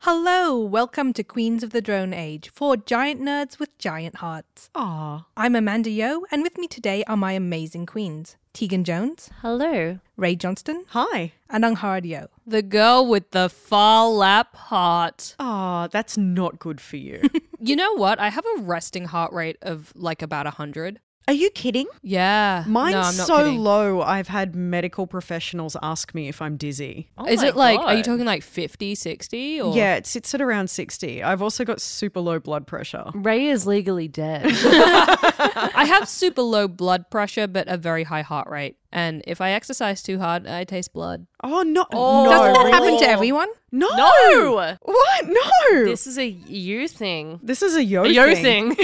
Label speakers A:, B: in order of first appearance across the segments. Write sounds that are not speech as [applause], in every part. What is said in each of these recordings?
A: Hello, welcome to Queens of the Drone Age, for giant nerds with giant hearts.
B: Aw.
A: I'm Amanda Yo, and with me today are my amazing queens, Tegan Jones,
C: Hello.
A: Ray Johnston,
B: Hi.
A: and Angharad Yo.
C: The girl with the far lap heart.
B: Aw, that's not good for you.
C: You know what? I have a resting heart rate of like about 100.
B: Are you kidding?
C: Yeah.
B: Mine's
C: no, I'm not
B: so
C: kidding.
B: low, I've had medical professionals ask me if I'm dizzy.
C: Is it like, are you talking like 50, 60? Or?
B: Oh Yeah, it sits at around 60. I've also got super low blood pressure.
D: Ray is legally dead.
C: I have super low blood pressure, but a very high heart rate. And if I exercise too hard, I taste blood.
B: Oh, no.
D: Oh.
B: no.
A: Doesn't that happen
D: really?
A: to everyone?
B: No.
D: [laughs] No!
B: What? No. This,
D: This is a you thing.
B: is a yo,
D: A yo thing.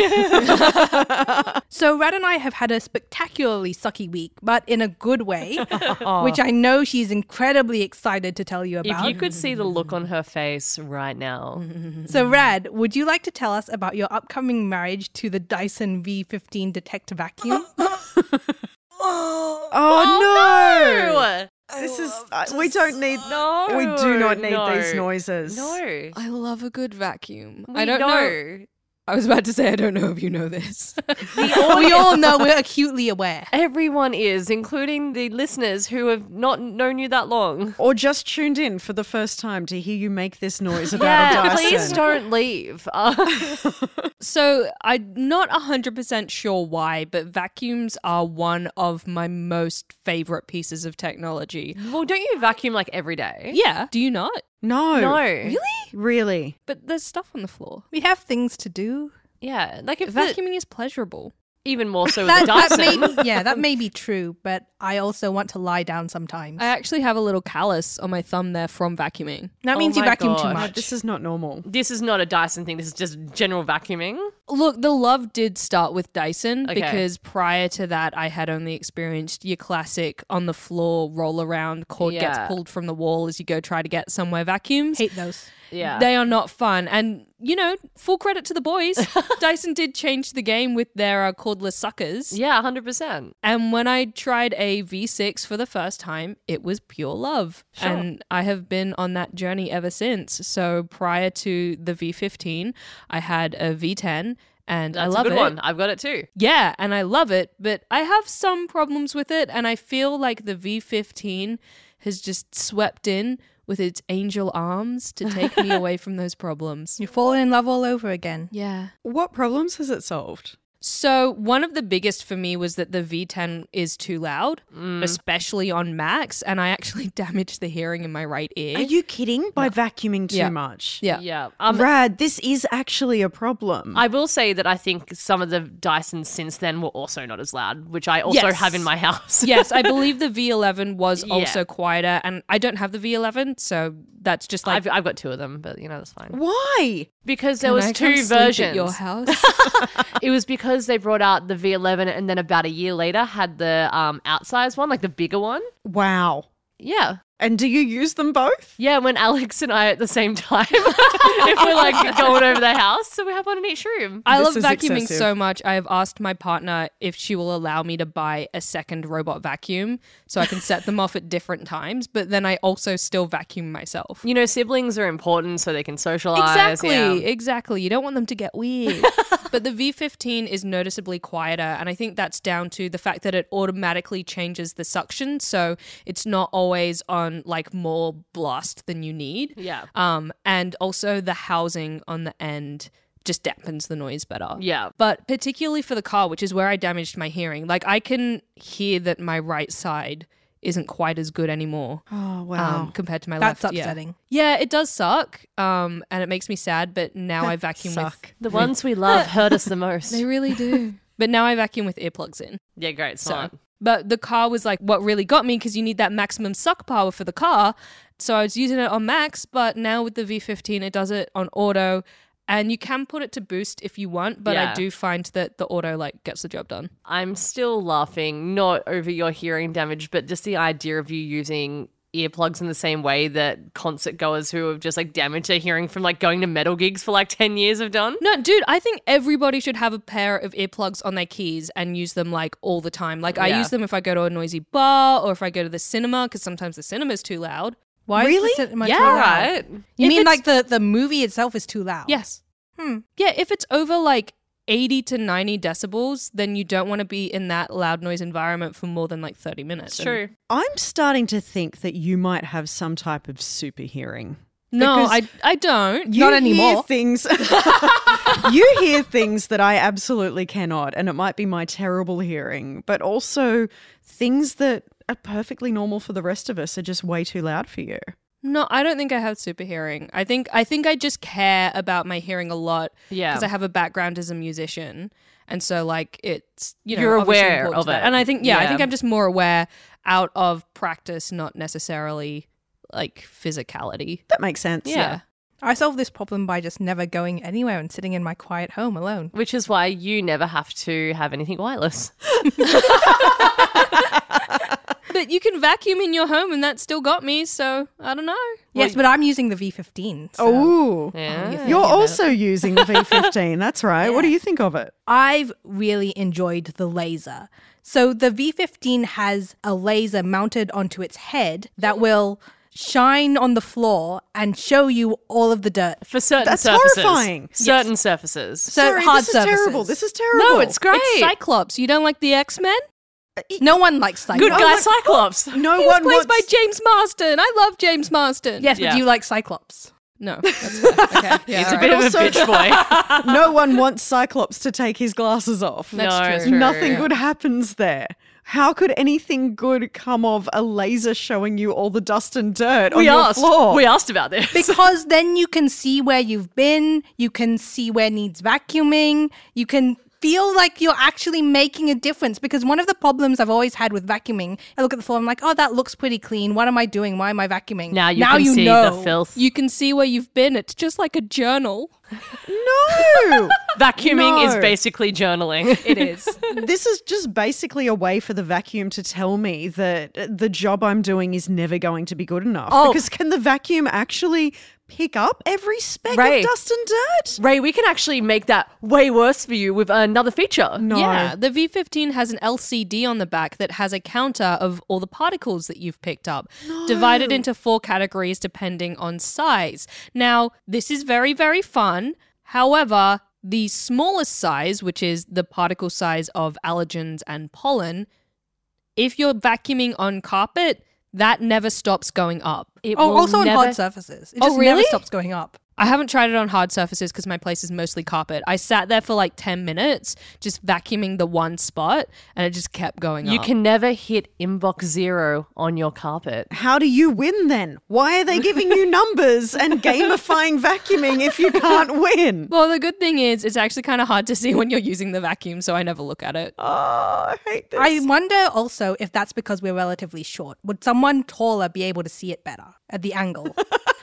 D: [laughs]
A: So, Rad and I have had a spectacularly sucky week, but in a good [laughs] way, which I know she's incredibly excited to tell you
D: if
A: about.
D: you could see the look on her face right now.
A: So, Rad, would you like to tell us about your upcoming marriage to the Dyson V15 Detect Vacuum?
B: Oh, no. This is. I we don't need.
D: Oh, No.
B: We do not need
D: no.
B: these noises.
D: No.
C: I love a good vacuum.
D: We
C: I don't
D: know.
C: I was about to say, I don't know if you know this.
A: [laughs]
C: [laughs]
A: we all know we're acutely aware.
D: Everyone is, including the listeners who have not known you that long.
B: Or just tuned in for the first time to hear you make this noise about a
D: Yeah,
B: Dyson.
D: please don't [laughs] leave. Uh,
C: So I'm not 100% sure why, but vacuums are one of my most favorite pieces of technology.
D: well, don't you vacuum like every day?
C: Yeah. Do you not?
B: No.
D: No.
B: Really?
C: But there's stuff on the floor.
A: We have things to do.
D: Yeah. Like if vacuum,
C: Vacuuming is pleasurable.
D: even more so with
A: That,
D: the
A: that
D: Dyson.
A: may, yeah, that may be true, but I also want to lie down sometimes.
C: I actually have a little callus on my thumb there from vacuuming.
A: that
D: oh
A: means you
D: my
A: vacuum too
D: God.
A: much.
B: This is not normal.
D: This is not a Dyson thing. This is just general vacuuming.
C: Look, the love did start with Dyson
D: Okay.
C: because prior to that, I had only experienced your classic on the floor roll around cord
D: Yeah.
C: gets pulled from the wall as you go try to get somewhere vacuums.
A: Hate those.
D: Yeah.
C: They are not fun. And, you know, full credit to
D: [laughs]
C: the boys. Dyson did change the game with their uh, cordless suckers.
D: yeah, 100%.
C: And when I tried a V6 for the first time, it was pure love. And I have been on that journey ever since. So prior to the V15, I had a V10 and I
D: That's
C: love
D: a good
C: it.
D: one. I've got it too.
C: Yeah, and I love it, but I have some problems with it. And I feel like the V15 has just swept in with its angel arms to
D: [laughs]
C: take me away from those problems.
A: You're falling in love all over again.
C: Yeah.
B: What problems has it solved?
C: So, one of the biggest for me was that the V10 is too loud, especially on max, and I actually [laughs] damaged the hearing in my right ear.
B: Are you kidding? By vacuuming too
C: Yeah.
B: much?
C: [laughs] yeah.
D: Yeah. [laughs] Um,
B: Rad, this is actually a problem.
D: I will say that I think some of the Dysons since then were also not as loud, which I also
C: Yes.
D: have in my [laughs] house.
C: yes, I believe the V11 was
D: Yeah.
C: also quieter, and I don't have the V11, so that's just like
D: I've, I've got two of them, but you know, that's fine.
B: Why?
D: Because there
C: Can
D: was
C: I come
D: two
C: sleep
D: versions. [laughs]
C: at your house.
D: it was because they brought out the V11 and then about a year later had the um, outsized one, like the bigger one.
B: Wow.
D: Yeah.
B: And do you use them both?
D: Yeah, when Alex and I at the same [laughs] time, if we're like going over the house, so we have one in each room.
C: I
B: This
C: love
B: is
C: vacuuming
B: excessive.
C: so much. I have asked my partner if she will allow me to buy a second robot vacuum so I can set them off at different times, but then I also still vacuum myself.
D: You know, siblings are important so they can socialize.
C: Exactly,
D: yeah.
C: exactly. You don't want them to get weird. but the V15 is noticeably quieter, and I think that's down to the fact that it automatically changes the suction, so it's not always on like more blast than you need.
D: Yeah.
C: Um, and also the housing on the end just dampens the noise better.
D: Yeah.
C: But particularly for the car, which is where I damaged my hearing, like I can hear that my right side isn't quite as good anymore
B: Oh, wow.
C: um, compared to my
A: That's
C: left. yeah.
A: upsetting.
C: Yeah. it does suck, um, and it makes me sad. But now [laughs] I vacuum
B: Suck.
D: The ones we love hurt us the [laughs]
C: with.
D: most.
C: They really do. [laughs] but now I vacuum with earplugs in.
D: Yeah, great.
C: So,
D: Smart.
C: but the car was like what really got me because you need that maximum suck power for the car. So I was using it on max, but now with the V15, it does it on auto. And you can put it to boost if you want, but
D: Yeah.
C: I do find that the auto like gets the job done.
D: I'm still laughing, not over your hearing damage, but just the idea of you using earplugs in the same way that concert goers who have just like damaged their hearing from like going to metal gigs for like 10 years have done.
C: No, dude, I think everybody should have a pair of earplugs on their keys and use them like all the time. Like I
D: Yeah.
C: use them if I go to a noisy bar or if I go to the cinema because sometimes the cinema's too loud.
A: Why
B: Really?
A: is the cinema
C: Yeah,
A: too loud?
D: Right?
A: You
C: If
A: mean
C: it's-
A: like the, the movie itself is too loud?
C: Yes.
A: Hmm.
C: Yeah, if it's over like 80 to 90 decibels, then you don't want to be in that loud noise environment for more than like 30 minutes.
D: It's
C: And-
D: true.
B: I'm starting to think that you might have some type of super hearing.
C: No,
B: Because
C: I, I don't.
B: You
A: Not anymore.
B: Hear things. [laughs] you hear things that I absolutely cannot, and it might be my terrible hearing, but also things that are perfectly normal for the rest of us are just way too loud for you.
C: No, I don't think I have super hearing. I think I think I just care about my hearing a lot
D: Yeah.
C: because I have a background as a musician, and so like it's you know
D: You're
C: obviously
D: aware
C: important
D: of
C: to that.
D: it.
C: and I think yeah, I
D: Yeah.
C: think I'm just more aware out of practice, not necessarily like physicality.
B: That makes sense.
D: Yeah.
A: I solve this problem by just never going anywhere and sitting in my quiet home alone.
D: Which is why you never have to have anything wireless.
C: But you can vacuum in your home, and that still got me. So I don't know.
A: Yes, but I'm using the V15. so
B: Oh,
D: Yeah.
B: you're also using the V15. That's right.
D: [laughs]
B: What do you think of it?
A: I've really enjoyed the laser. So the V15 has a laser mounted onto its head that will shine on the floor and show you all of the dirt.
D: For certain
B: That's
D: surfaces.
B: horrifying.
D: Certain surfaces.
A: So
B: Sorry,
A: hard
B: this is
A: surfaces.
B: terrible. This is terrible.
D: no, it's great.
C: Oh, It's Cyclops. You don't like the X Men?
A: No one likes Cyclops.
D: Good guy Cyclops.
B: no
C: He was
B: one
C: played
B: wants.
C: by James Marston. I love James Marston.
A: Yes,
D: Yeah.
A: but you like Cyclops.
C: No. That's fair. Okay. Yeah,
D: He's a
C: all
D: bit
C: right.
D: of a bitch boy. [laughs]
B: no one wants Cyclops to take his glasses off.
C: That's
D: No,
C: true.
D: it's true.
B: Nothing
D: Yeah.
B: good happens there. How could anything good come of a laser showing you all the dust and dirt
D: we
B: on your
D: asked.
B: floor?
D: We asked about
A: [laughs]
D: this.
A: Because then you can see where you've been, you can see where needs vacuuming, you can feel like you're actually making a difference. Because one of the problems I've always had with vacuuming, I look at the floor, I'm like, oh, that looks pretty clean. What am I doing? Why am I vacuuming?
D: now you can see the filth.
C: You can see where you've been. It's just like a journal.
D: [laughs]
B: no,
D: Vacuuming is
B: No.
D: basically [laughs] journaling.
C: It is.
B: this is just basically a way for the vacuum to tell me that the job I'm doing is never going to be good enough.
D: Oh.
B: Because can the vacuum actually pick up every speck
D: Right.
B: of dust and dirt?
D: Ray, we can actually make that way worse for you with another feature.
B: No.
C: Yeah. The V15 has an LCD on the back that has a counter of all the particles that you've picked up, divided into four categories depending on size. Now, this is very, very fun. However, the smallest size, which is the particle size of allergens and pollen, if you're vacuuming on carpet, that never stops going up.
D: It
A: Oh,
D: will
A: also
D: never-
A: on hard surfaces. It
C: Oh,
A: just never
C: really?
A: stops going up.
C: I haven't tried it on hard surfaces because my place is mostly carpet. I sat there for like 10 minutes just vacuuming the one spot and it just kept going
D: You
C: up.
D: can never hit inbox zero on your carpet.
B: How do you win then? Why are they giving you numbers and gamifying vacuuming if you can't win?
C: Well, the good thing is it's actually kind of hard to [laughs] see when you're using the vacuum, so I never look at it.
B: Oh, I hate this.
A: I wonder also if that's because we're relatively short. Would someone taller be able to see it better at the
D: [laughs]
A: angle?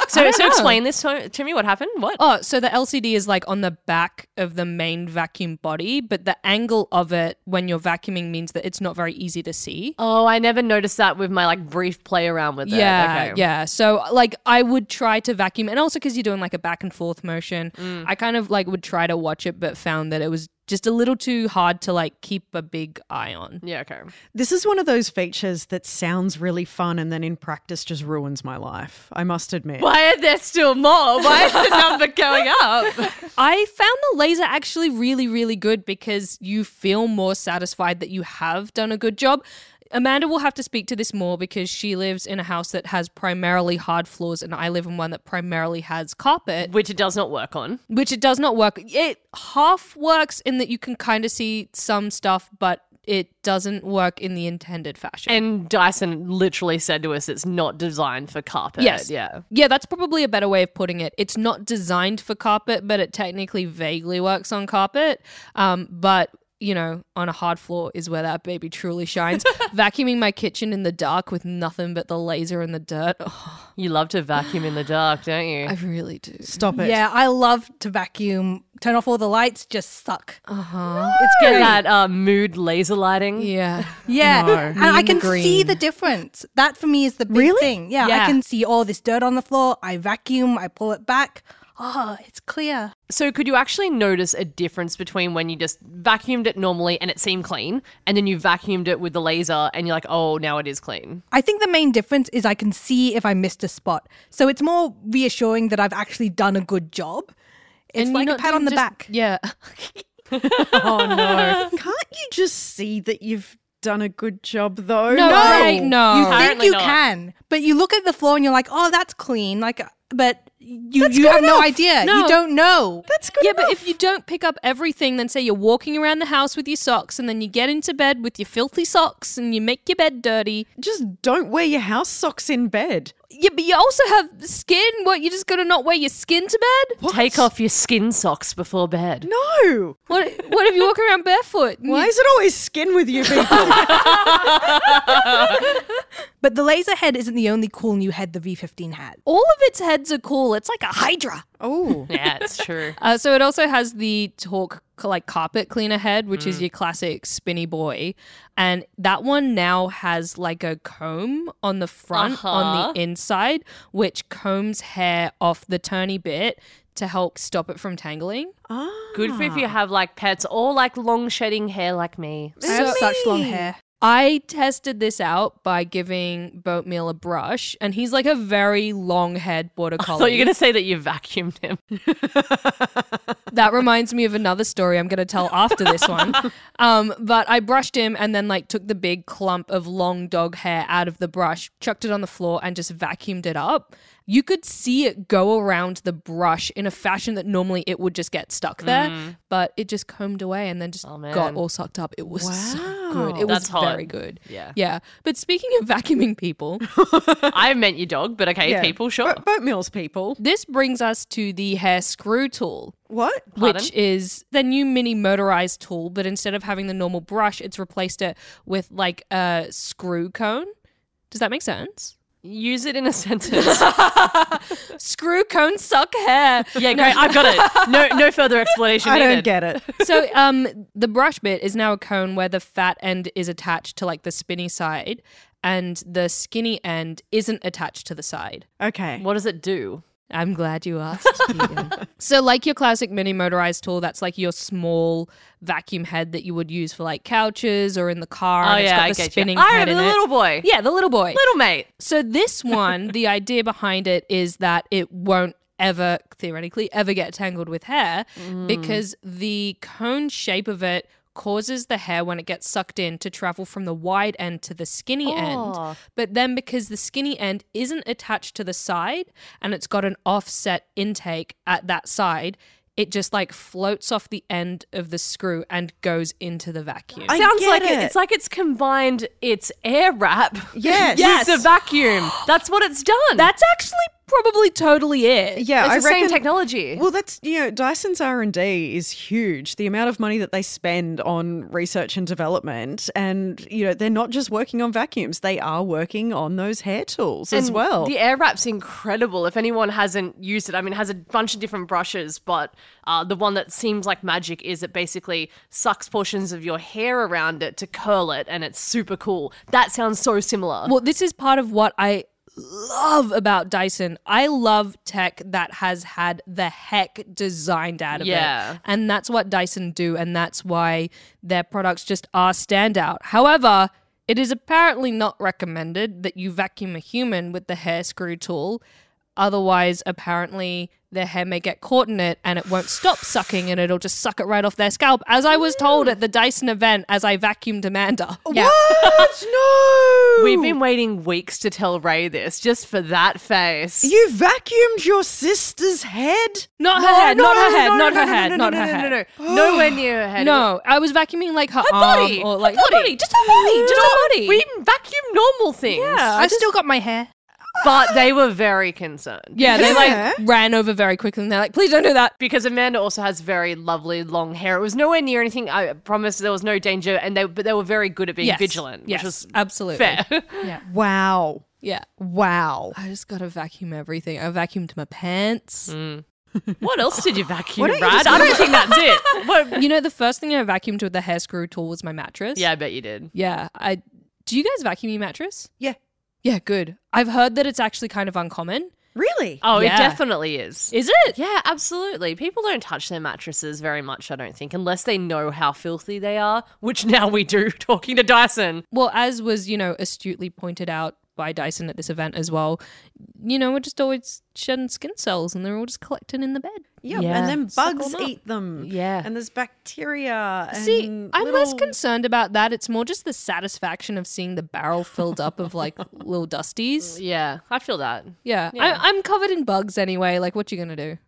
D: So, so explain this to, to me. What happened? What?
C: Oh, so the LCD is like on the back of the main vacuum body, but the angle of it when you're vacuuming means that it's not very easy to see.
D: Oh, I never noticed that with my like brief play around with it.
C: Yeah,
D: Okay.
C: yeah. So like I would try to vacuum, and also because you're doing like a back and forth motion,
D: Mm.
C: I kind of like would try to watch it, but found that it was just a little too hard to like keep a big eye on.
D: Yeah. Okay.
B: This is one of those features that sounds really fun and then in practice just ruins my life. I must admit.
D: Why are there still more? Why is the number going up?
C: I found the laser actually really, really good because you feel more satisfied that you have done a good job. Amanda will have to speak to this more because she lives in a house that has primarily hard floors, and I live in one that primarily has
D: [laughs]
C: carpet.
D: Which it does not work on.
C: which it does not work. It half works in that you can kind of see some stuff, but it doesn't work in the intended fashion.
D: And Dyson literally said to us, "It's not designed for carpet."
C: yes,
D: Yeah.
C: yeah. That's probably a better way of putting it. It's not designed for carpet, but it technically vaguely works on carpet. Um, but you know, on a hard floor is where that baby
A: [laughs]
C: truly shines. Vacuuming my kitchen in the dark with nothing but the laser and the dirt. Oh,
D: You love to vacuum in the dark, don't you?
C: I really do.
B: Stop it.
A: Yeah, I love to vacuum. Turn off all the lights, just suck.
D: It's good that uh, mood laser
A: [laughs]
D: lighting.
C: Yeah.
A: Yeah,
B: No.
A: and I can see the difference. That for me is the big
B: Really?
A: thing. Yeah, I
D: Yeah.
A: can see all this dirt on the floor. I vacuum, I pull it back. Oh, it's clear.
D: So, could you actually notice a difference between when you just vacuumed it normally and it seemed clean, and then you vacuumed it with the laser and you're like, oh, now it is clean?
A: I think the main difference is I can see if I missed a spot. So it's more reassuring that I've actually done a good job. It's
C: you
A: like a
C: not
A: pat on
C: doing
A: the
C: just-
A: back.
C: Yeah. [laughs]
B: Oh no! Can't you just see that you've done a good job though?
C: No, Right?
A: You
C: no.
A: think
D: Apparently
A: you
D: not.
A: can, but you look at the floor and you're like, "Oh, that's clean." Like, but you you
B: good
A: have no
B: enough.
A: idea. You
C: No.
A: don't know.
B: that's good.
C: yeah,
B: enough.
C: but if you don't pick up everything, then say you're walking around the house with your socks and then you get into bed with your filthy socks and you make your bed dirty.
B: just don't wear your house socks in bed.
C: Yeah, but you also have skin. What, you're just going to not wear your skin to bed?
D: Take off your skin socks before bed. [laughs]
B: No.
C: What, what if you walk around barefoot?
B: Why
D: Hmm.
B: is it always skin with you
D: [laughs]
B: people?
A: But the laser head isn't the only cool new head the V15 had.
C: All of its heads are cool. It's like a hydra.
D: [laughs]
B: oh.
D: Yeah, it's true.
C: Uh, so it also has the talk like carpet cleaner head, which is your classic spinny boy, and that one now has like a comb on the front on
D: Uh-huh.
C: the inside, which combs hair off the turny bit to help stop it from tangling.
B: Ah.
D: Good for if you have like pets or like long shedding hair like me.
A: I have such long hair.
C: I tested this out by giving Boatmeal a brush, and he's like a very long head border collie.
D: So you're going to say that you vacuumed [laughs] him.
C: that reminds me of another story I'm going to tell after
D: [laughs]
C: this one. Um, but I brushed him and then like took the big clump of long dog hair out of the brush, chucked it on the floor, and just vacuumed it up. You could see it go around the brush in a fashion that normally it would just get stuck there, but it just combed away and then just
D: Mm. Oh,
C: got
D: man.
C: all sucked up. It was so good.
B: Wow.
C: It
D: That's
C: was
D: hot.
C: very good.
D: Yeah.
C: Yeah. But speaking of vacuuming
D: [laughs]
C: people,
D: I meant your dog, but okay,
B: Yeah.
D: people, sure.
B: Bo- boat mills people.
C: this brings us to the hair screw tool.
B: What?
D: Pardon?
C: which is the new mini motorized tool, but instead of having the normal brush, it's replaced it with like a screw cone. Does that make sense?
D: Use it in a sentence.
C: Screw cone suck [laughs] hair.
D: [laughs] yeah, great. I've got it. No, no [laughs] further explanation
B: I don't
D: needed.
B: get it.
C: so um the brush bit is now a cone where the fat end is attached to like the spinny side and the skinny end isn't attached to the side.
B: Okay.
D: [laughs] What does it do?
C: I'm glad
D: [laughs]
C: you asked. Keegan. so, like your classic mini motorized tool, that's like your small vacuum head that you would use for like couches or in the car. and it's got the spinning
D: you. Oh, I
C: head
D: the
C: in it.
D: little boy,
C: Yeah, the little boy.
D: little mate.
C: So [laughs] this one, the idea behind it is that it won't ever theoretically ever get tangled with hair because the cone shape of it causes the hair when it gets sucked in to travel from the wide end to the skinny
D: Aw.
C: end. But then because the skinny end isn't attached to the side and it's got an offset intake at that side, it just like floats off the end of the screw and goes into the vacuum.
B: I
D: Sounds
B: get
D: like
B: it.
D: it's like it's combined its air wrap.
B: Yes.
D: Yes, the vacuum. That's what it's done.
C: That's actually probably totally it.
B: Yeah,
D: it's
B: I
D: the
B: reckon
D: same technology.
B: Well, that's you know, Dyson's R and D is huge. The amount of money that they spend on research and development, and you know, they're not just working on vacuums; they are working on those hair tools as
D: And
B: well.
D: The air wrap's incredible. If anyone hasn't used it, I mean, it has a bunch of different brushes, but uh, the one that seems like magic is it basically sucks portions of your hair around it to curl it, and it's super cool. That sounds so similar.
C: Well, this is part of what I love about Dyson. I love tech that has had the heck designed out of
D: Yeah.
C: it. And that's what Dyson do and that's why their products just are standout. However, it is apparently not recommended that you vacuum a human with the hair screw tool. Otherwise, apparently their hair may get caught in it and it won't stop sucking and it'll just suck it right off their scalp. As I was told at the Dyson event as I vacuumed Amanda.
D: [laughs]
A: Yeah.
B: What? no.
D: We've been waiting weeks to tell Ray this just for that face.
B: You vacuumed your sister's head.
C: Not her
D: No,
C: head,
D: no,
C: not her
D: no,
C: head,
D: no,
C: not
D: no,
C: her
D: no,
C: head,
D: no,
C: not
D: no,
C: her
D: no,
C: head.
D: No, no, no. [gasps] Nowhere near her head.
C: No, I was vacuuming like her, arm
D: body,
C: or
D: her
C: like
D: body.
C: just her body, just her
D: Not-
C: body.
D: We vacuum normal things.
C: yeah, I
A: I've
C: just,
A: still got my hair.
D: But they were very concerned.
C: Yeah, they like ran over very quickly and they're like, please don't do that.
D: because Amanda also has very lovely long hair. It was nowhere near anything. I promise there was no danger, and they but they were very good at being
C: Yes.
D: vigilant,
C: Yes,
D: which was
C: absolutely.
D: fair.
B: Wow.
C: Yeah.
B: Wow.
C: I just gotta vacuum everything. I vacuumed my
D: [laughs]
C: pants.
D: Mm. what else did you vacuum,
B: Why don't you just
D: Brad? I [laughs] don't think that's it. What?
C: You know, the first thing I vacuumed with the hair screw tool was my mattress.
D: [laughs] Yeah, I bet you did.
C: Yeah. I do you guys vacuum your mattress?
B: Yeah.
C: Yeah, good. I've heard that it's actually kind of uncommon.
B: Really?
D: Oh,
C: Yeah.
D: it definitely is.
C: Is it?
D: yeah, absolutely. People don't touch their mattresses very much, I don't think, unless they know how filthy they are, which now we do, [laughs] talking to Dyson.
C: Well, as was, you know, astutely pointed out by Dyson at this event as well, you know, we're just always shedding skin cells and they're all just collecting in the bed.
B: Yep.
D: Yeah.
B: And then
C: Suck
B: bugs
C: them up.
B: eat them.
D: Yeah.
B: And there's bacteria. And
C: See, I'm less
B: little-
C: concerned about that. It's more just the satisfaction of seeing the barrel filled up of like little dusties.
D: Yeah, I feel that.
C: Yeah,
D: Yeah.
C: I, I'm covered in bugs anyway. Like, what you gonna do?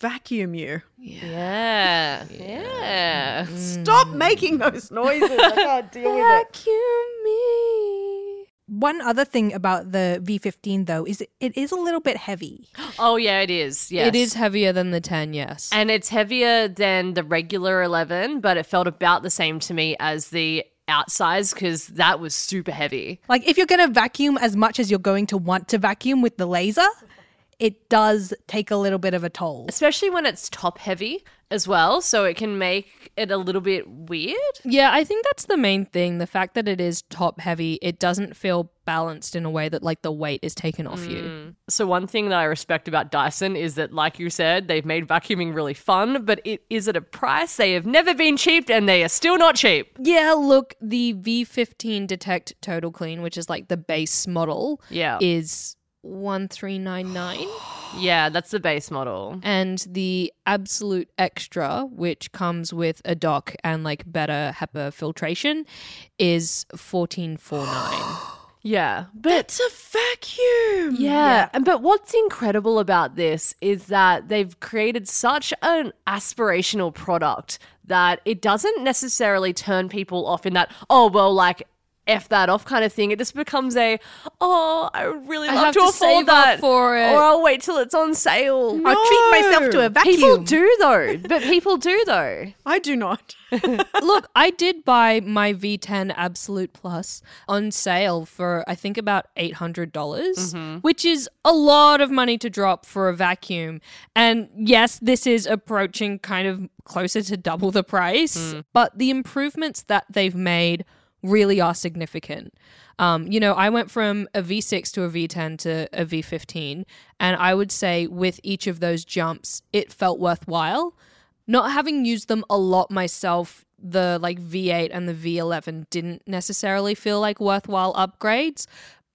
B: Vacuum you.
D: Yeah. [laughs] Yeah.
C: Hmm.
B: Stop making those noises. I
C: [laughs]
B: can't deal with it.
C: Vacuum me.
A: One other thing about the V15 though is it is a little bit heavy.
D: Oh, yeah, it is. Yes.
C: It is heavier than the ten. Yes.
D: And it's heavier than the regular 11, but it felt about the same to me as the outsize because that was super heavy.
A: Like if you're going to vacuum as much as you're going to want to vacuum with the laser, it does take a little bit of a toll.
D: Especially when it's top heavy as well. So it can make it a little bit weird.
C: yeah, I think that's the main thing. The fact that it is top heavy, it doesn't feel balanced in a way that like the weight is taken off you.
D: So, one thing that I respect about Dyson is that, like you said, they've made vacuuming really fun, but it is at a price. They have never been cheap and they are still not cheap.
C: Yeah, look, the V15 Detect Total Clean, which is like the base model,
D: Yeah.
C: is one three nine nine.
D: Yeah, that's the base model.
C: and the absolute extra which comes with a dock and like better HEPA filtration is [gasps] 1449.
D: Yeah.
B: That's a vacuum.
D: Yeah. and But what's incredible about this is that they've created such an aspirational product that it doesn't necessarily turn people off in that, oh, well, like, F that off kind of thing. It just becomes a, oh, I would really
C: I
D: love
C: have
D: to,
C: to
D: afford
C: save up
D: that.
C: for it."
D: Or I'll wait till it's on sale.
A: I'll treat myself to a vacuum.
D: People do though. But people do though.
B: I do not. [laughs]
C: Look, I did buy my V10 Absolute Plus on sale for I think about $800, dollars which is a lot of money to drop for a vacuum. And yes, this is approaching kind of closer to double the price, but the improvements that they've made really are significant. Um, you know, I went from a V6 to a V10 to a V15, and I would say with each of those jumps, it felt worthwhile. Not having used them a lot myself, the like V8 and the V11 didn't necessarily feel like worthwhile upgrades.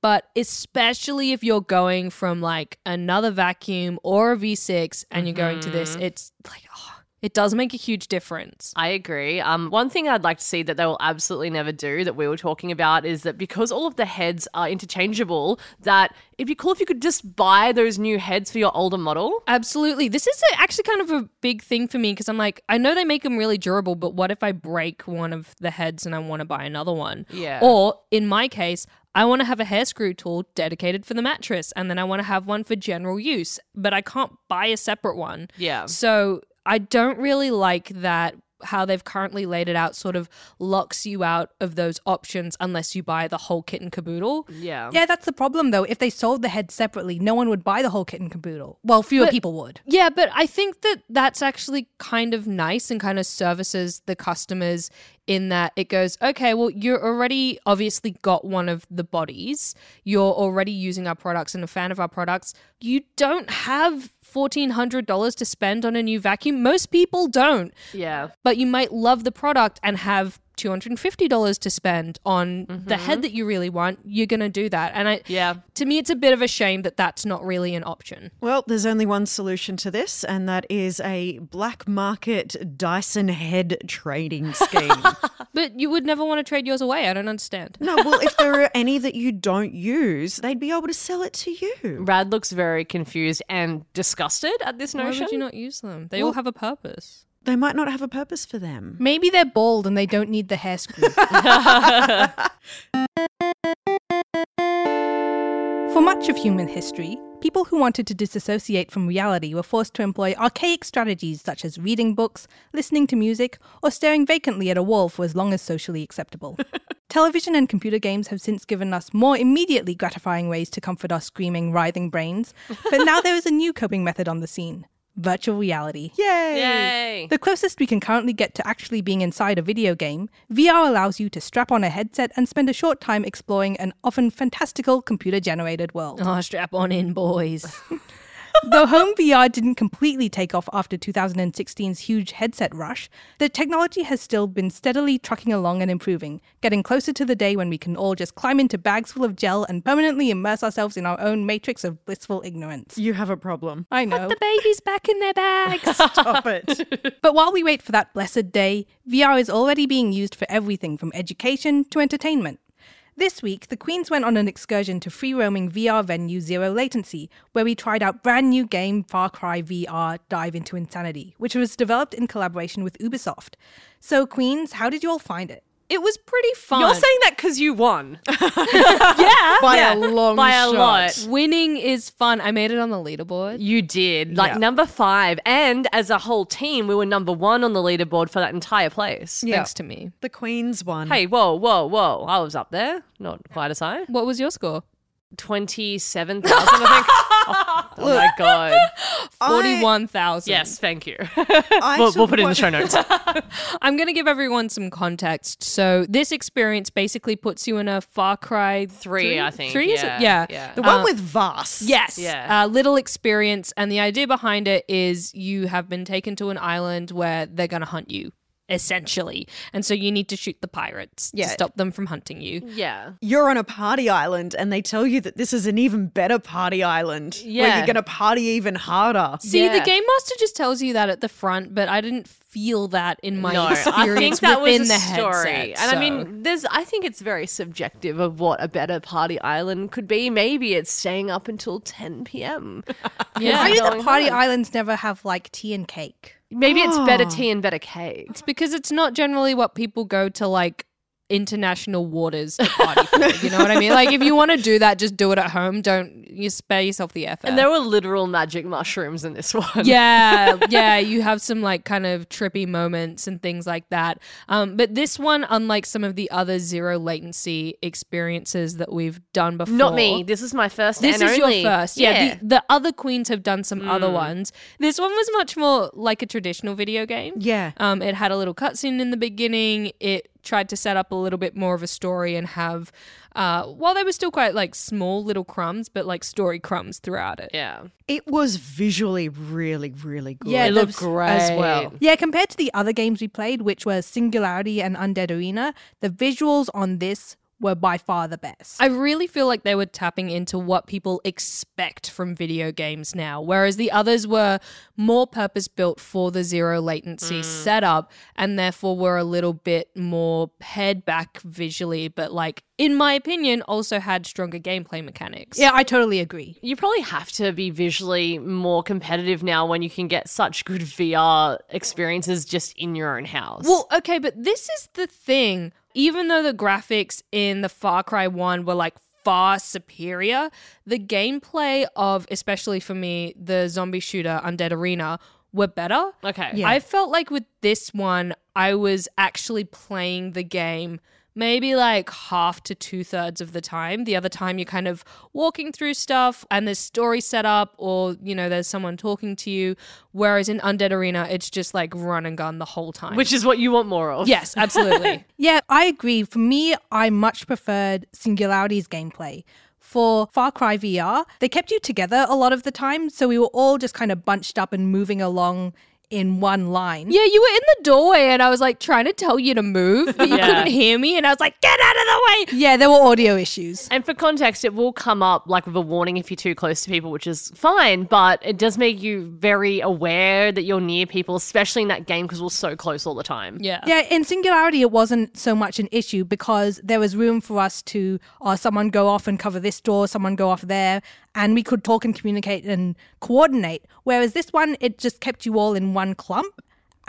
C: But especially if you're going from like another vacuum or a V6 and you're going to this, it's like, oh, it does make a huge difference.
D: I agree. Um, one thing I'd like to see that they will absolutely never do that we were talking about is that because all of the heads are interchangeable, that it'd be cool if you could just buy those new heads for your older model.
C: Absolutely. This is a, actually kind of a big thing for me because I'm like, I know they make them really durable, but what if I break one of the heads and I want to buy another one?
D: Yeah.
C: Or in my case, I want to have a hair screw tool dedicated for the mattress and then I want to have one for general use, but I can't buy a separate one.
D: Yeah.
C: So I don't really like that how they've currently laid it out sort of locks you out of those options unless you buy the whole kit and caboodle.
D: Yeah.
A: Yeah, that's the problem though. If they sold the head separately, no one would buy the whole kit and caboodle. Well, fewer people would.
C: Yeah, but I think that that's actually kind of nice and kind of services the customers in that it goes, okay, well, you're already obviously got one of the bodies. You're already using our products and a fan of our products. You don't have $1,400 to spend on a new vacuum. Most people don't,
D: Yeah.
C: but you might love the product and have. $250 to spend on the head that you really want, you're going to do that. And I
D: Yeah.
C: to me it's a bit of a shame that that's not really an option.
B: Well, there's only one solution to this, and that is a black market Dyson head trading scheme. [laughs]
C: But you would never want to trade yours away. I don't understand.
B: no, well, if there are any that you don't use, they'd be able to sell it to you.
D: Brad looks very confused and disgusted at this
C: Why
D: notion.
C: would you not use them? They all have a purpose.
B: They might not have a purpose for them.
A: [laughs] Maybe they're bald and they don't need the hair screw. [laughs] For much of human history, people who wanted to disassociate from reality were forced to employ archaic strategies such as reading books, listening to music, or staring vacantly at a wall for as long as socially [laughs] acceptable. Television and computer games have since given us more immediately gratifying ways to comfort our screaming, writhing brains, but now there is a new coping method on the scene virtual reality.
B: Yay!
D: Yay.
A: The closest we can currently get to actually being inside a video game, VR allows you to strap on a headset and spend a short time exploring an often fantastical computer generated world.
C: Oh, strap on in, boys.
A: [laughs]
C: [laughs]
A: Though home VR didn't completely take off after 2016's huge headset rush, the technology has still been steadily trucking along and improving, getting closer to the day when we can all just climb into bags full of gel and permanently immerse ourselves in our own matrix of blissful ignorance.
B: You have a problem.
D: [laughs]
A: I know.
C: Babies back in their bags.
B: Stop it.
A: But while we wait for that blessed day, VR is already being used for everything from education to entertainment. This week, the Queens went on an excursion to free roaming VR venue Zero Latency, where we tried out brand new game Far Cry VR Dive into Insanity, which was developed in collaboration with Ubisoft. So, Queens, how did you all find it?
C: [laughs] it was pretty fun.
D: You're saying that because [laughs] you won.
B: By a long
D: By a
B: shot.
D: lot.
C: [laughs] winning is fun. I made it on the leaderboard.
D: You did. Like number five. And as a whole team, we were number one on the leaderboard for that entire place.
C: Thanks to me.
B: The Queen's one.
D: Hey, whoa, whoa, whoa. I was up there. Not quite as high.
C: What was your score?
D: 27,000,
C: [laughs]
D: I think. Oh, my God.
B: I-
C: Forty-one thousand.
D: Yes, thank you.
B: I
D: [laughs] we'll, we'll
B: took
D: put it in
B: one-
D: the show notes.
C: I'm going to give everyone some context. So this experience basically puts you in a Far Cry
D: [laughs] Three, I think.
C: Three is it?
D: Yeah,
C: Yeah.
D: yeah.
B: The one with Vast.
C: Yes.
D: Uh, Yeah.
C: Uh, little experience. And the idea behind it is you have been taken to an island where they're going to hunt you, essentially. And so you need to shoot the pirates
B: Yeah.
C: to stop them from hunting you.
D: yeah.
B: You're on a party island, and they tell you that this is an even better party island. Where
D: Yeah.
B: you're going to party even harder.
C: See, the
D: Yeah.
C: game master just tells you that at the front, but I didn't feel that in my
D: No, I think
C: experience
D: that was
C: within
D: a
C: the
D: story.
C: headset.
D: and
C: so-
D: I mean, there's. I think it's very subjective of what a better party island could be. Maybe it's staying up until 10
C: [laughs]
D: p.m.
C: Yeah.
A: Why do the
D: Going
A: party
D: home.
A: islands never have like tea and cake?
D: Maybe it's better
C: [gasps]
D: tea and better cake.
C: It's because it's not generally what people go to like international waters to party for. You know what I mean? Like if you want to do that, just do it at home. Don't you spare yourself the effort.
D: And there were literal magic mushrooms in this one.
C: yeah, yeah, you have some like kind of trippy moments and things like that. Um, but this one, unlike some of the other zero latency experiences that we've done before,
D: Not me. This is my first.
C: This
D: and
C: is
D: only. Mm.
C: your first. Yeah. The, the other queens have done some other ones. This one was much more like a traditional video game.
B: Yeah.
C: Um, it had a little cutscene in the beginning. It tried to set up a little bit more of a story and have, uh, while they were still quite like small little crumbs, but like story crumbs throughout it.
D: yeah.
B: It was visually really, really good.
A: Yeah, It looked
D: Looks great as well.
A: Yeah, compared to the other games we played, which were Singularity and Undead Arena, the visuals on this were by far the best.
C: I really feel like they were tapping into what people expect from video games now, whereas the others were more purpose built for the zero latency setup and therefore were a little bit more pared back visually, but like, in my opinion, also had stronger gameplay mechanics.
A: yeah, I totally agree.
D: You probably have to be visually more competitive now when you can get such good VR experiences just in your own house.
C: Well, okay, but this is the thing. Even though the graphics in the Far Cry 1 were like far superior, the gameplay of, especially for me, the zombie shooter Undead Arena were better.
D: okay.
C: I felt like with this one, I was actually playing the game maybe like half to two thirds of the time. The other time, you're kind of walking through stuff and there's story set up or, you know, there's someone talking to you. Whereas in Undead Arena, it's just like run and gun the whole time.
D: Which is what you want more of.
C: Yes,
D: [laughs]
C: absolutely.
A: Yeah, I agree. For me, I much preferred Singularity's gameplay. For Far Cry VR, they kept you together a lot of the time, so we were all just kind of bunched up and moving along in one line.
C: yeah, you were in the doorway and I was like trying to tell you to move, but you
D: Yeah.
C: couldn't hear me. And I was like, get out of the way.
A: Yeah, there were audio issues.
D: And for context, it will come up like with a warning if you're too close to people, which is fine, but it does make you very aware that you're near people, especially in that game because we're so close all the time.
C: Yeah.
A: Yeah, in Singularity, it wasn't so much an issue because there was room for us to, uh, someone go off and cover this door, someone go off there, and we could talk and communicate and coordinate. Whereas this one, it just kept you all in one clump.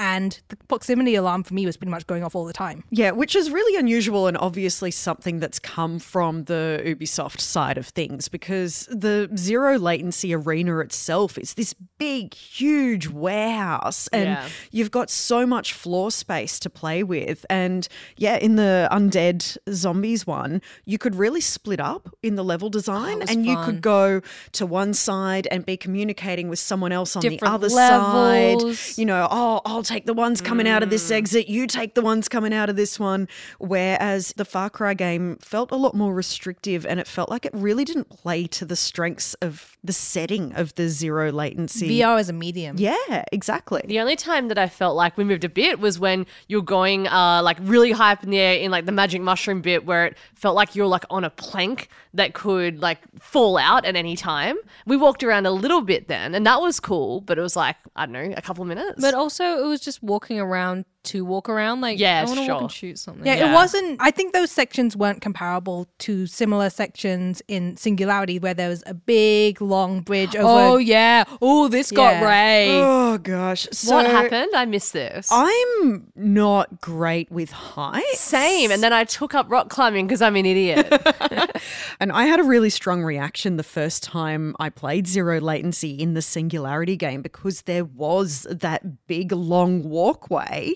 A: and the proximity alarm for me was pretty much going off all the time.
B: Yeah, which is really unusual and obviously something that's come from the Ubisoft side of things because the zero latency arena itself is this big, huge warehouse and
D: Yeah.
B: you've got so much floor space to play with. And yeah, in the Undead Zombies one, you could really split up in the level design and you could go to one side and be communicating with someone else on the
C: Different
B: other side
C: levels.
B: you know, oh, I'll take the ones coming out of
D: Mm.
B: this exit, you take the ones coming out of this one. Whereas the Far Cry game felt a lot more restrictive and it felt like it really didn't play to the strengths of the setting of the zero latency.
A: VR as a medium.
B: Yeah, exactly.
D: The only time that I felt like we moved a bit was when you're going uh, like really high up in the air in like the magic mushroom bit where it felt like you're like on a plank that could like fall out at any time. We walked around a little bit then and that was cool, but it was like, I don't know, a couple minutes.
C: But also, it was just walking around to walk around. Like,
D: Yeah,
C: I want to
D: sure.
C: walk and shoot something.
A: Yeah,
D: Yeah.
A: it wasn't. I think those sections weren't comparable to similar sections in Singularity, where there was a big long bridge over.
C: Oh yeah. Oh, this
A: Yeah.
C: got Ray.
B: Oh gosh. So
D: what happened? I missed this.
B: I'm not great with heights.
D: Same. And then I took up rock climbing because I'm an idiot.
B: And I had a really strong reaction the first time I played Zero Latency in the Singularity game because there was that big long walkway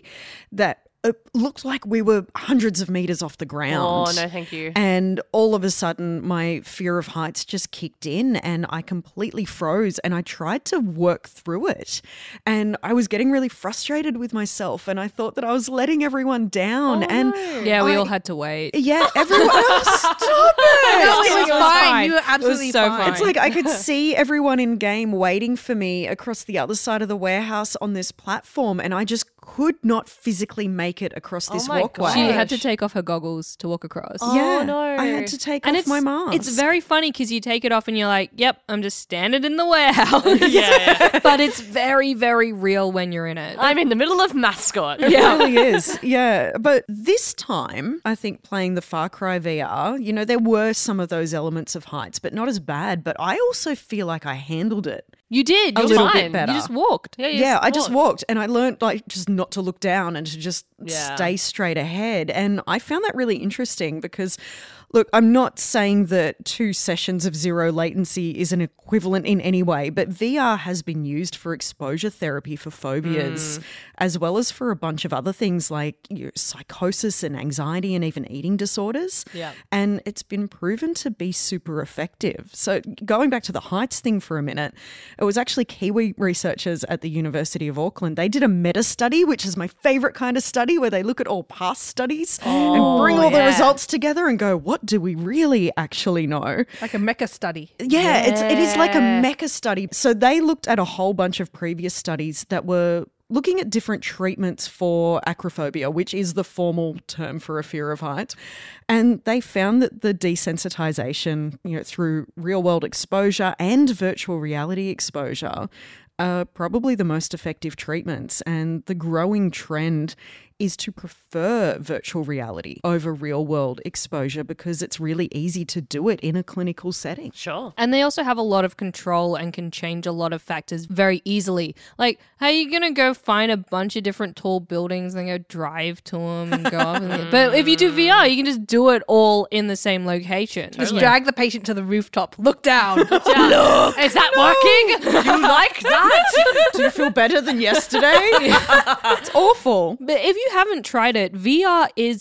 B: that it looked like we were hundreds of meters off the ground.
D: oh, no, thank you.
B: And all of a sudden, my fear of heights just kicked in and I completely froze and I tried to work through it. And I was getting really frustrated with myself and I thought that I was letting everyone
D: Oh,
B: down. and
C: Yeah, we
B: I-
C: all had to wait.
B: yeah,
D: [laughs]
B: everyone. Oh, stop it!
A: No, it was fine.
C: fine.
A: You were
C: It was
A: absolutely
C: so
A: fine.
C: fine.
B: It's like I
C: [laughs]
B: could see everyone in game waiting for me across the other side of the warehouse on this platform, and I just could not physically make it across
C: Oh
B: this
D: my
B: walkway.
D: gosh.
C: She had to take off her goggles to walk across.
B: yeah,
D: Oh, no.
B: I had to take
C: And
B: off
C: it's
B: my mask.
C: It's very funny because you take it off and you're like, "Yep, I'm just standing in
B: [laughs]
C: the warehouse." [laughs] but it's very, very real when you're in it.
D: I'm in the middle of mascot.
C: [laughs]
B: yeah. really is. Yeah. But this time, I think playing the Far Cry VR, you know, there were some of those elements of heights, but not as bad. But I also feel like I handled it.
C: You did. You're
B: little bit
C: fine.
B: better.
C: You just walked.
D: you
B: yeah, I just walked and I learned like just not to look down and to just
D: Yeah.
B: stay straight ahead. And I found that really interesting because look, I'm not saying that two sessions of zero latency is an equivalent in any way, but VR has been used for exposure therapy for phobias as well as for a bunch of other things like you know, psychosis and anxiety and even eating disorders.
D: Yeah.
B: And it's been proven to be super effective. So, going back to the heights thing for a minute, it was actually Kiwi researchers at the University of Auckland. They did a meta study, which is my favorite kind of study, where they look at all past studies and bring all the
D: Oh, yeah.
B: results together and go, what do we really actually know?
A: like a mecha study.
B: Yeah, it's it is like a
D: Yeah.
B: mecha study. So they looked at a whole bunch of previous studies that were looking at different treatments for acrophobia, which is the formal term for a fear of heights. And they found that the desensitization, you know, through real-world exposure and virtual reality exposure are probably the most effective treatments and the growing trend is to prefer virtual reality over real world exposure because it's really easy to do it in a clinical setting.
D: Sure.
C: And they also have a lot of control and can change a lot of factors very easily. Like, how are you going to go find a bunch of different tall buildings and go drive to them and go up? And but if you do VR, you can just do it all in the same location.
A: Just drag the patient to the rooftop. Look [laughs] down.
D: [laughs] Is that working? You like that?
B: do you feel better than yesterday? it's awful.
C: But if you haven't tried it, VR is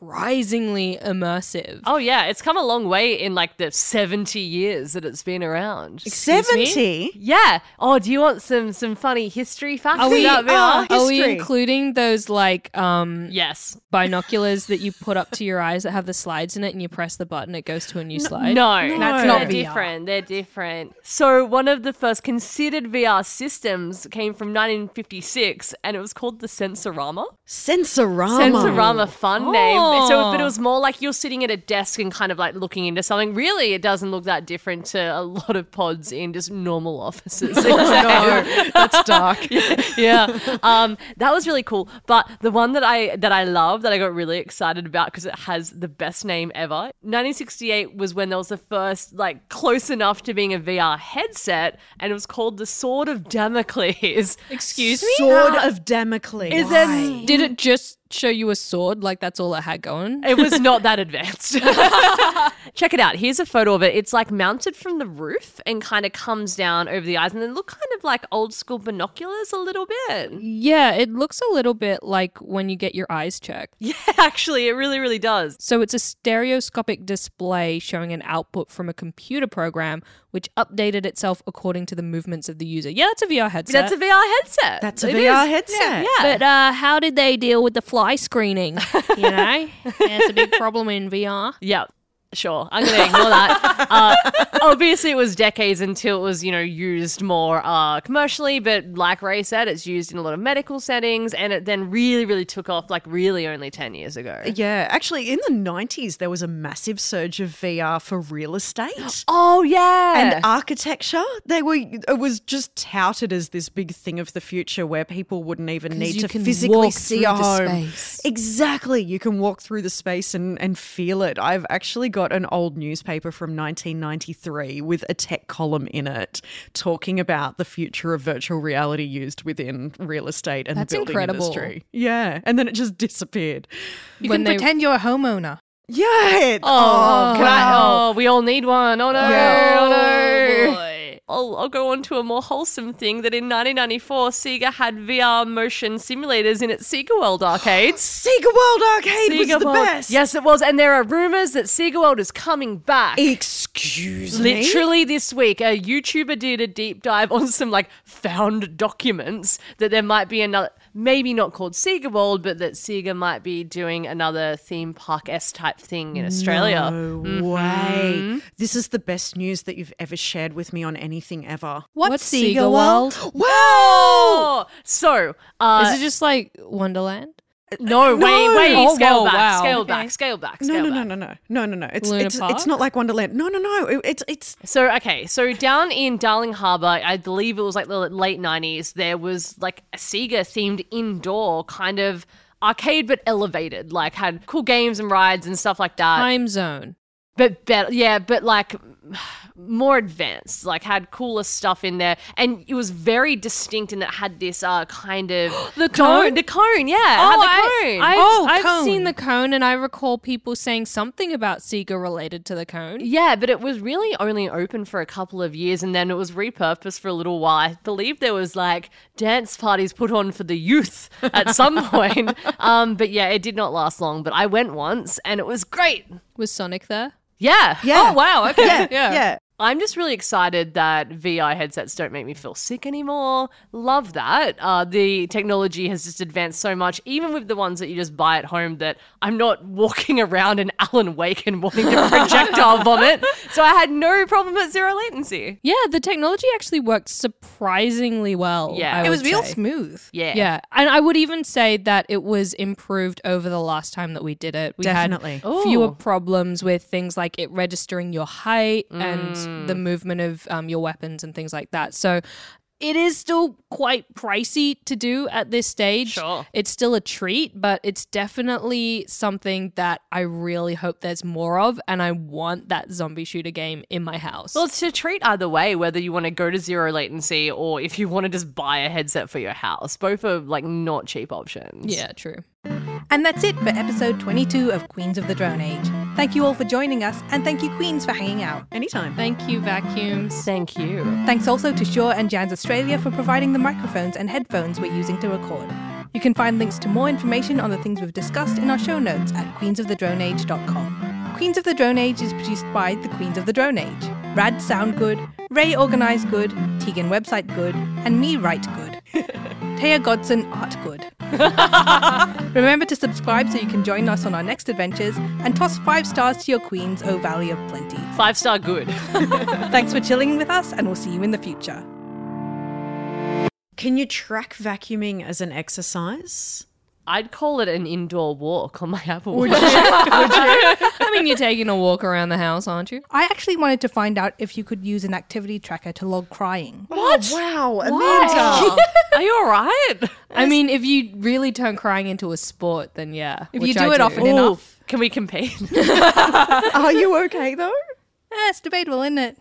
C: surprisingly immersive.
D: Oh yeah, it's come a long way in like the 70 years that it's been around.
B: 70.
D: Yeah. Oh, do you want some some funny history facts
C: Are we,
D: about VR?
C: are we
B: history.
C: including those like um,
D: yes.
C: binoculars that you put up to your eyes that have the slides in it and you press the button, it goes to a new slide?
D: No,
A: That's not VR.
D: they're different. They're different. So one of the first considered VR systems came from 1956, and it was called the Sensorama.
B: Sensorama.
D: Sensorama, fun name And so, but it was more like you're sitting at a desk and kind of like looking into something. Really, it doesn't look that different to a lot of pods in just normal offices.
B: no, Oh, that's dark.
D: yeah, um, that was really cool. But the one that I that I love that I got really excited about because it has the best name ever. 1968 was when there was the first like close enough to being a VR headset, and it was called the Sword of Damocles.
C: Excuse me?
B: Sword of Damocles.
D: Is it?
C: Did it just show you a sword? Like that's all it had going?
D: It was not
C: [laughs]
D: that advanced. [laughs] Check it out. Here's a photo of it. It's like mounted from the roof and kind of comes down over the eyes and then look kind of like old school binoculars a little bit.
C: Yeah, it looks a little bit like when you get your eyes checked.
D: Yeah, [laughs] actually, it really, really does.
C: So it's a stereoscopic display showing an output from a computer program which updated itself according to the movements of the user. Yeah, that's a VR headset.
D: That's a VR headset.
B: That's a
D: It
B: VR
D: is.
B: headset.
C: But uh, how did they deal with the fly screening? You know, it's a big problem in [laughs] VR.
D: Yeah, sure. I'm going to ignore [laughs] that. Uh, obviously, it was decades until it was, you know, used more uh, commercially. But like Ray said, it's used in a lot of medical settings, and it then really, really took off. Like really, only ten years ago.
B: Yeah, actually, in the 90s, there was a massive surge of VR for real estate.
C: [gasps]
D: Oh yeah,
B: And architecture, they were. It was just touted as this big thing of the future, where people wouldn't even need
C: you
B: to
C: can
B: physically
C: walk
B: see
C: through
B: a
C: the
B: home.
C: space.
B: Exactly, you can walk through the space and and feel it. I've actually got an old newspaper from 1993 with a tech column in it talking about the future of virtual reality used within real estate and
C: That's
B: the building
C: incredible.
B: industry. Yeah, and then it just disappeared.
A: You
C: When
A: can
C: they-
A: pretend you're a homeowner.
B: Yeah. it-
D: Oh,
B: oh
D: can I-
B: wow.
D: oh, we all need one. Oh no.
B: Yeah.
D: Oh, no. I'll, I'll go on to a more wholesome thing that in 1994, Sega had VR motion simulators in its Sega World arcades.
B: Sega World Arcade was the
D: World.
B: best.
D: Yes, it was. And there are rumors that Sega World is coming back.
B: Excuse me.
D: Literally this week, a YouTuber did a deep dive on some like found documents that there might be another, maybe not called Sega World, but that Sega might be doing another theme park S type thing in Australia.
B: No way. This is the best news that you've ever shared with me on anything ever.
A: What's,
C: What's
A: Sega,
C: Sega
A: World?
C: World?
B: Wow.
D: Oh, so uh,
C: Is it just like Wonderland?
D: No, way,
B: No.
D: way.
C: Oh,
D: scale,
C: whoa,
D: back,
C: wow.
D: scale
C: Okay.
D: back, scale back,
B: No,
D: scale
B: no,
D: back.
B: no, no, no, no, no, no. It's
C: Luna
B: it's,
C: Park?
B: it's not like Wonderland. No, no, no. It- it's it's
D: So, okay, so down in Darling Harbour, I believe it was like the late 90s, there was like a Sega themed indoor kind of arcade, but elevated, like had cool games and rides and stuff like that.
C: Time zone.
D: But better, yeah, but like more advanced, like had cooler stuff in there, and it was very distinct in that it had this uh kind
C: [gasps]
D: of the
C: cone? Oh,
D: the cone, yeah, it had the cone.
C: I, have
A: Oh,
C: I've
A: cone.
C: seen the cone, and I recall people saying something about Sega related to the cone.
D: Yeah, but it was really only open for a couple of years and then it was repurposed for a little while. I believe there was like dance parties put on for the youth at some
B: [laughs]
D: point. Um, but yeah, it did not last long. But I went once and it was great.
C: Was Sonic there?
D: Yeah.
B: Yeah.
D: Oh, wow. Okay.
B: yeah,
C: yeah.
B: yeah.
D: I'm just really excited that VI headsets don't make me feel sick anymore. Love that. Uh, the technology has just advanced so much, even with the ones that you just buy at home, that I'm not [laughs] walking around in Alan Wake and wanting to
C: [laughs]
D: projectile vomit. So I had no problem at zero latency.
C: Yeah, the technology actually worked surprisingly well.
D: Yeah.
C: I
D: It
A: It was
C: would
A: real
C: say.
A: smooth.
D: Yeah.
C: Yeah, and I would even say that it was improved over the last time that we did it. We
B: Definitely.
C: had
D: Oh.
C: fewer problems with things like it registering your height and the
D: Mm.
C: movement of um, your weapons and things like that. So it is still quite pricey to do at this stage.
D: Sure.
C: It's still a treat, but it's definitely something that I really hope there's more of, and I want that zombie shooter game in my house.
D: Well, it's a treat either way, whether you want to go to zero latency or if you want to just buy a headset for your house. Both are like not cheap options.
C: yeah, true.
A: And that's it for episode 22 of Queens of the Drone Age. Thank you all for joining us, and thank you, Queens, for hanging out.
B: Anytime.
C: Thank you, vacuums.
D: Thank you.
A: Thanks also to Shaw and Jans Australia for providing the microphones and headphones we're using to record. You can find links to more information on the things we've discussed in our show notes at queensofthedroneage.com. Queens of the Drone Age is produced by the Queens of the Drone Age. Rad sound good, Ray organise good, Tegan website good, and me write good. Taya Godson art good. Remember to subscribe so you can join us on our next adventures and toss five stars to your queens, O Valley of Plenty.
D: Five star
C: [laughs]
D: good.
A: Thanks for chilling with us, and we'll see you in the future.
B: Can you track vacuuming as an exercise?
D: I'd call it an indoor walk on my Apple Watch.
C: [laughs] I mean, you're taking a walk around the house, aren't you?
A: I actually wanted to find out if you could use an activity tracker to log crying.
B: What? Oh, wow, Amanda.
D: Are you all right?
C: I mean, if you really turn crying into a sport, then yeah.
A: If
C: which
A: you
C: I
A: do it often enough,
D: Can we compete?
B: Are you okay though?
A: eh, it's debatable, isn't it?